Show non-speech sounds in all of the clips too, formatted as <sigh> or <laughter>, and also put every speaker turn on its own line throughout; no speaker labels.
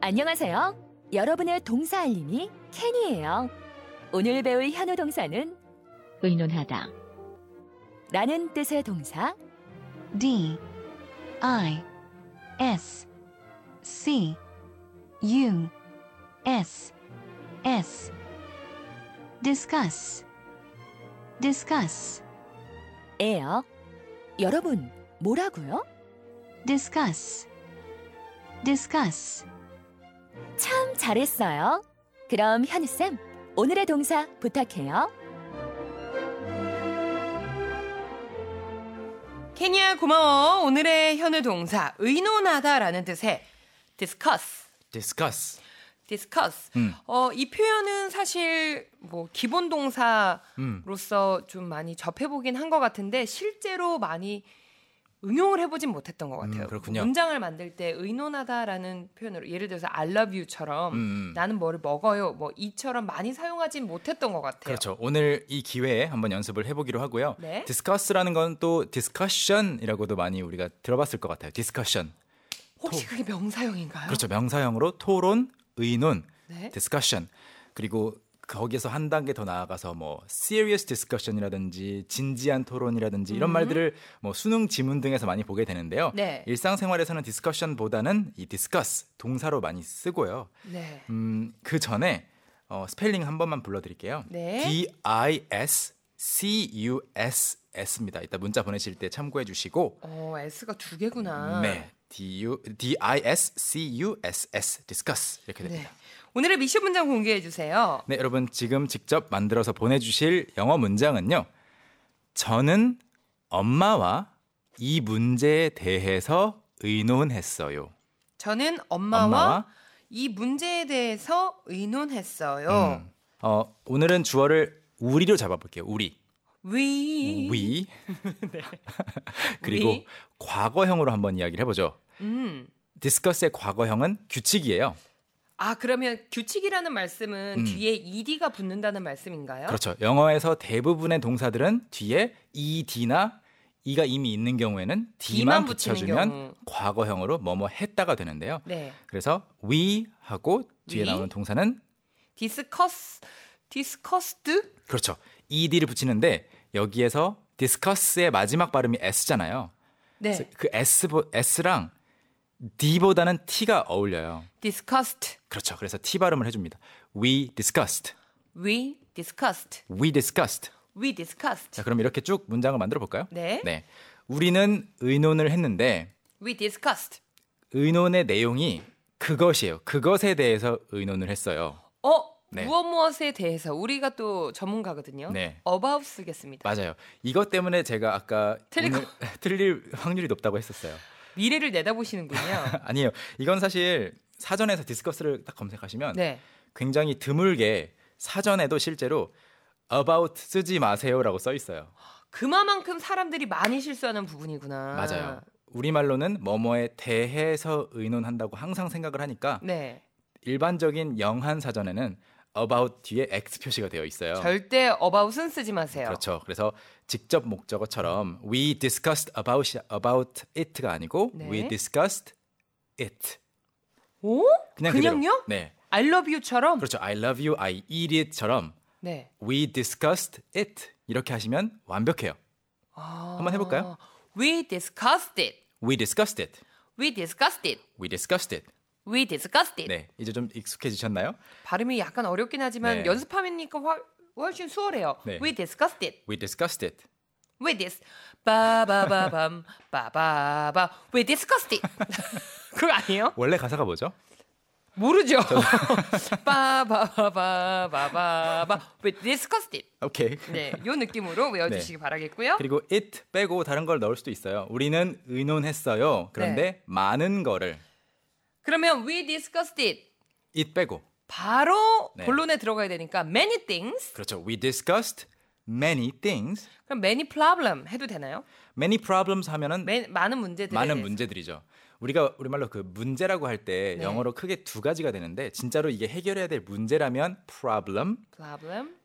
안녕하세요. 여러분의 동사 알림이 캔이에요. 오늘 배울 현우 동사는
의논하다.
라는 뜻의 동사
D I S C U S S discuss discuss
예요. 여러분, 뭐라고요?
discuss discuss
참 잘했어요. 그럼 현우쌤, 오늘의 동사 부탁해요.
케냐 고마워. 오늘의 현우 동사 의논하다라는 뜻의 discuss.
discuss.
discuss.
음.
어, 이 표현은 사실 뭐 기본 동사로서
음.
좀 많이 접해 보긴 한 것 같은데 실제로 많이 응용을 해보진 못했던 것 같아요.
음, 그렇군요.
문장을 만들 때 의논하다라는 표현으로 예를 들어서 I love you처럼
음.
나는 뭐를 먹어요, 뭐 이처럼 많이 사용하진 못했던 것 같아요.
그렇죠. 오늘 이 기회에 한번 연습을 해보기로 하고요.
네.
discuss라는 건 또 discussion이라고도 많이 우리가 들어봤을 것 같아요. discussion.
혹시 그게 명사형인가요?
그렇죠. 명사형으로 토론, 의논,
아. 네.
discussion. 그리고 거기에서 한 단계 더 나아가서 뭐 serious discussion이라든지 진지한 토론이라든지 이런 말들을 뭐 수능 지문 등에서 많이 보게 되는데요.
음. 네.
일상생활에서는 discussion보다는 이 discuss 동사로 많이 쓰고요.
네.
음, 그 전에 어, 스펠링 한 번만 불러드릴게요.
네.
D I S C U S S입니다. 이따 문자 보내실 때 참고해 주시고.
어, S가 두 개구나.
네. D U D I S C U S S discuss 이렇게
네.
됩니다.
오늘의 미션 문장 공개해 주세요.
네, 여러분 지금 직접 만들어서 보내주실 영어 문장은요. 저는 엄마와 이 문제에 대해서 의논했어요.
저는 엄마와, 이 문제에 대해서 의논했어요.
음. 어, 오늘은 주어를 우리로 잡아볼게요. 우리.
We, <laughs>
we
네.
<laughs> 그리고
We.
과거형으로 한번 이야기를 해보죠.
음.
디스커스의 과거형은 규칙이에요.
아 그러면 규칙이라는 말씀은
음.
뒤에 ed가 붙는다는 말씀인가요?
그렇죠. 영어에서 대부분의 동사들은 뒤에 ed나 e가 이미 있는 경우에는 d만
d만 붙이는
붙여주면
경우.
과거형으로 뭐뭐 했다가 되는데요.
네.
그래서 we 하고 뒤에
We?
나오는 동사는
Discuss, discussed.
그렇죠. ed를 붙이는데 여기에서 디스커스의 마지막 발음이 s잖아요.
네.
그 s s랑 d보다는 t가 어울려요.
Discussed.
그렇죠. 그래서 T 발음을 해줍니다. We discussed.
We discussed.
We discussed.
We discussed.
자, 그럼 이렇게 쭉 문장을 만들어 볼까요?
네.
우리는 의논을 했는데
We discussed.
의논의 내용이 그것이에요. 그것에 대해서 의논을 했어요.
어
네.
무엇 무엇에 대해서 우리가 또 전문가거든요.
네.
About 쓰겠습니다.
맞아요. 이것 때문에 제가 아까
틀릴
오늘 <laughs> 틀릴 확률이 높다고 했었어요.
미래를
<laughs>
내다보시는군요.
아니에요. 이건 사실 사전에서 디스커스를 딱 검색하시면
네.
굉장히 드물게 사전에도 실제로 about 쓰지 마세요라고 써 있어요.
그만큼 사람들이 많이 실수하는 부분이구나.
맞아요. 우리말로는 뭐뭐에 대해서 의논한다고 항상 생각을 하니까
네.
일반적인 영한 사전에는 about 뒤에 x 표시가 되어 있어요.
절대 about은 쓰지 마세요.
그렇죠. 그래서 직접 목적어처럼 we discussed about about it가 아니고
네.
we discussed it.
오?
그냥
그냥요?
그대로. 네.
I love you처럼?
그렇죠. I love you, I eat it처럼
네.
we discussed it 이렇게 하시면 완벽해요.
아.
한번 해볼까요?
We discussed it.
we discussed it.
We discussed it.
we discussed it.
We discussed it.
네. 이제 좀 익숙해지셨나요?
발음이 약간 어렵긴 하지만
네.
연습하니까 훨- 훨씬 수월해요.
네.
We discussed it.
we discussed it.
We dis 바바바밤 바바바. We discussed
<laughs>
it. 그거 아니에요?
원래 가사가 뭐죠?
모르죠. <laughs> 빠바바바바바바. We discussed it.
오케이.
네, 요 느낌으로 외워주시기 바라겠고요.
네. 그리고 it 빼고 다른 걸 넣을 수도 있어요. 우리는 의논했어요. 그런데
네.
많은 거를
그러면 we discussed it
it 빼고
바로
네.
본론에 들어가야 되니까 many things.
그렇죠. We discussed many things.
그럼 many problem 해도 되나요?
many problems 하면은
매- 많은 문제들.
많은 문제들이죠. 우리가 우리말로 그 문제라고 할 때
네.
영어로 크게 두 가지가 되는데 진짜로 이게 해결해야 될 문제라면 problem
problem.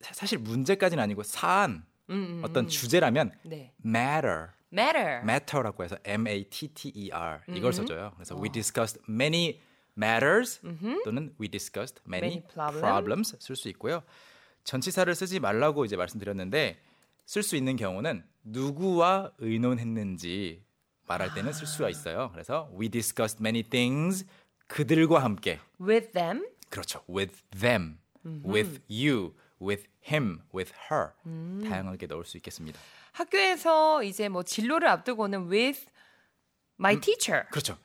사- 사실 문제까지는 아니고 사안
음, 음,
어떤 주제라면
네.
matter
matter.
matter라고 해서 M A T T E R 이걸 써줘요. 그래서 we discussed many matters 또는 we discussed many,
Many problem.
problems 쓸 수 있고요. 전치사를 쓰지 말라고 이제 말씀드렸는데 쓸 수 있는 경우는 누구와 의논했는지 말할 때는 쓸 수가 있어요. 그래서 we discussed many things 그들과 함께
with them
그렇죠. with them, with you, with him, with her 다양하게 넣을 수 있겠습니다.
학교에서 이제 뭐 진로를 앞두고는 with my teacher,
그렇죠.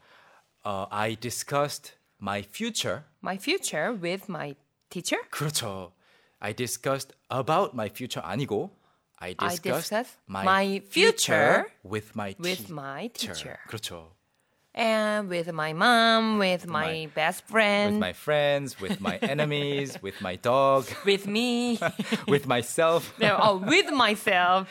어, I discussed my future.
my future with my teacher.
그렇죠. I discussed about my future 아니고 I
I
discussed,
discussed
my,
my
future
future
with my
With
teacher.
my teacher
그렇죠.
and with my mom, with my, best
With
friend,
my friends, with my
<laughs>
enemies, with my dog,
with me,
with myself.
<laughs> 네, 어, with myself.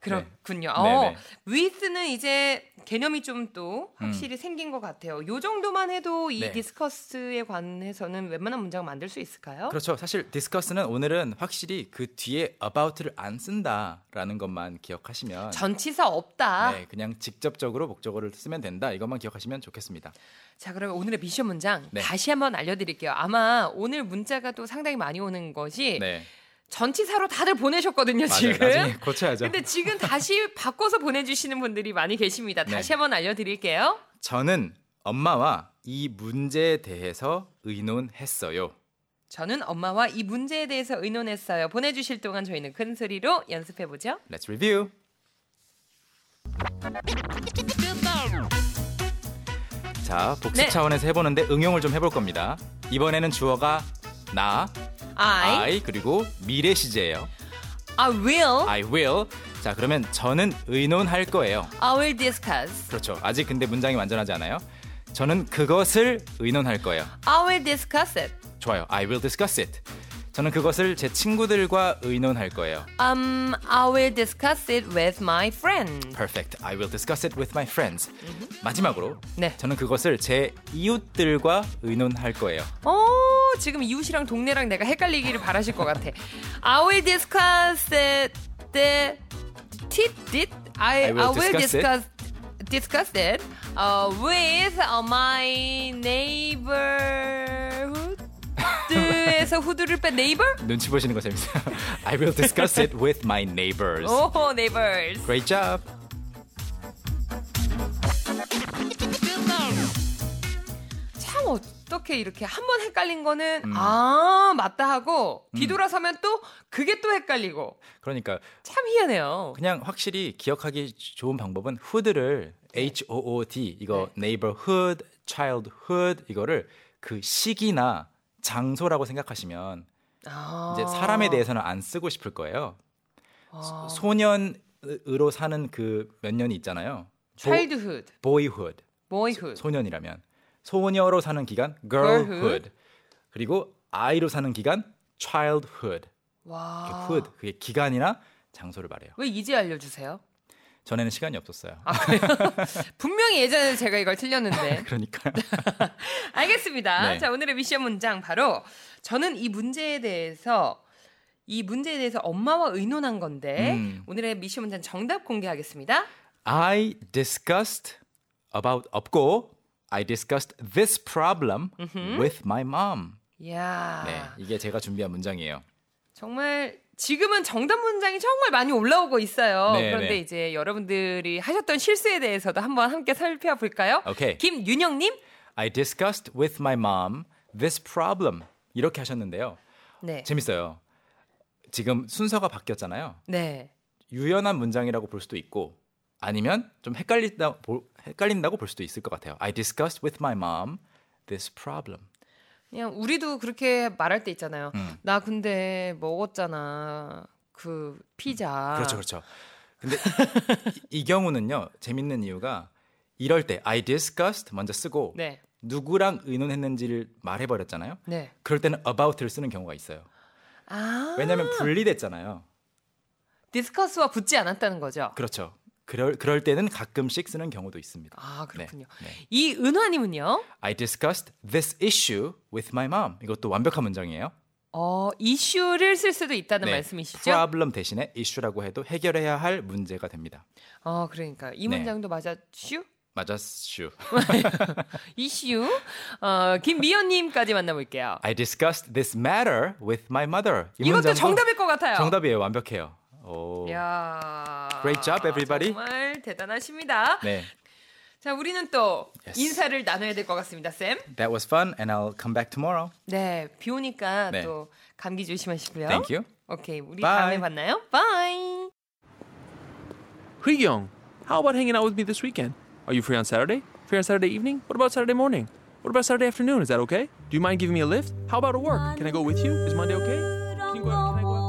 그렇군요. 어,
네네.
with는 이제 개념이 좀 또 확실히 생긴 것 같아요. 요 정도만 해도 이
음. 네.
디스커스에 관해서는 웬만한 문장 만들 수 있을까요?
그렇죠. 사실 discuss는 오늘은 확실히 그 뒤에 about를 안 쓴다라는 것만 기억하시면
전치사 아. 없다.
네, 그냥 직접적으로 목적어를 쓰면 된다. 이것만 기억하시면 좋겠습니다.
자, 그러면 오늘의 미션 문장
네.
다시 한번 알려드릴게요. 아마 오늘 문자가 또 상당히 많이 오는 것이 <laughs>
네.
전치사로 다들 보내셨거든요,
맞아요.
예. 지금. <laughs>
나중에 고쳐야죠.
근데 지금 다시 바꿔서 보내주시는 분들이 많이 계십니다. 다시
네.
한번 알려드릴게요.
저는 엄마와 이 문제에 대해서 의논했어요.
저는 엄마와 이 문제에 대해서 의논했어요. 보내주실 동안 저희는 큰 소리로 연습해보죠.
Let's review. 자, 복습
네.
차원에서 해보는데 응용을 좀 해볼 겁니다. 이번에는 주어가 나,
I,
I, 그리고 미래 시제예요.
I will, I,
I will. 자, 그러면 저는 의논할 거예요.
will discuss.
그렇죠. 아직 근데 문장이 완전하지 않아요. 저는 그것을 의논할 거예요.
I will discuss it.
좋아요. I will discuss it. 저는 그것을 제 친구들과 의논할 거예요.
Um, I will discuss it with my friend.
Perfect. I will discuss it with my friends. 마지막으로
네.
저는 그것을 제 이웃들과 의논할 거예요.
어, 지금 이웃이랑 동네랑 내가 헷갈리기를 바라실 것 같아. I will discuss it. The, tit, tit. I,
I will discuss it.
discuss discuss it uh, with uh, my neighborhood. 에서 후드를 뺀 네이버?
눈치 보시는 거 재밌어요. <laughs> I will discuss it with my neighbors.
오, neighbors.
Great job.
참 어떻게 이렇게 한 번 헷갈린 거는
음.
아 맞다 하고 뒤돌아서면 또 그게 또 헷갈리고
그러니까
참 희한해요.
그냥 확실히 기억하기 좋은 방법은 hood를
네.
H O O D 이거 neighborhood, childhood 이거를 그 시기나 장소라고 생각하시면
아.
이제 사람에 대해서는 안 쓰고 싶을 거예요.
아.
소- 소년으로 사는 그 몇 년이 있잖아요. 보-
childhood,
boyhood
boyhood.
소년이라면 소녀로 사는 기간 girlhood
Girlhood.
그리고 아이로 사는 기간 childhood 이렇게
와.
hood 그게 기간이나 장소를 말해요.
왜 이제 알려주세요?
전에는 시간이 없었어요.
분명히 예전에 제가 이걸 틀렸는데.
<laughs> 그러니까
알겠습니다.
네.
자, 오늘의 미션 문장 바로 저는 이 문제에 대해서 이 문제에 대해서 엄마와 의논한 건데
음.
오늘의 미션 문장 정답 공개하겠습니다.
I discussed about 없고 I discussed this problem with my mom.
이야.
네, 이게 제가 준비한 문장이에요.
정말 지금은 정답 문장이 정말 많이 올라오고 있어요.
네,
그런데
네.
이제 여러분들이 하셨던 실수에 대해서도 한번 함께 살펴볼까요?
오케이.
김윤영님,
I discussed with my mom this problem. 이렇게 하셨는데요.
네,
재밌어요. 지금 순서가 바뀌었잖아요.
네,
유연한 문장이라고 볼 수도 있고 아니면 좀 헷갈린다 보, 헷갈린다고 볼 수도 있을 것 같아요. I discussed with my mom this problem.
그냥 우리도 그렇게 말할 때 있잖아요.
음.
나 근데 먹었잖아 그 피자.
그렇죠, 그렇죠. 근데 이, 이 경우는요 재밌는 이유가 이럴 때 I discussed 먼저 쓰고
네,
누구랑 의논했는지를 말해버렸잖아요.
네.
그럴 때는 about를 쓰는 경우가 있어요.
아,
왜냐하면 분리됐잖아요.
디스커스와 붙지 않았다는 거죠.
그렇죠. 그럴 그럴 때는 가끔씩 쓰는 경우도 있습니다.
아, 그렇군요.
네, 네.
이 은화님은요.
I discussed this issue with my mom. 이것도 완벽한 문장이에요.
어, 이슈를 쓸 수도 있다는
네,
말씀이시죠?
problem 대신에 issue라고 해도 해결해야 할 문제가 됩니다.
어, 그러니까 이
네.
문장도 맞아 슈? <laughs>
맞았슈.
이슈. 어, 김미연님까지 만나볼게요.
I discussed this matter with my mother. 아, 이
이것도
문장도
정답일 것 같아요.
정답이에요. 완벽해요. 오.
야.
Great job, everybody.
정말 대단하십니다.
네.
자, 우리는 또
Yes.
인사를 나눠야 될 것 같습니다, 쌤.
That was fun and I'll come back tomorrow.
네, 비 오니까
네.
또 감기 조심하시고요.
Thank you.
오케이, 우리
Bye.
다음에 만나요. 바이.
Young, how about hanging out with me this weekend? Are you free on Saturday? Free on Saturday evening? What about Saturday morning? What about Saturday afternoon? Is that okay? Do you mind giving me a lift? How about at work? Can I go with you? Is Monday okay? Can you go out? Can I go out?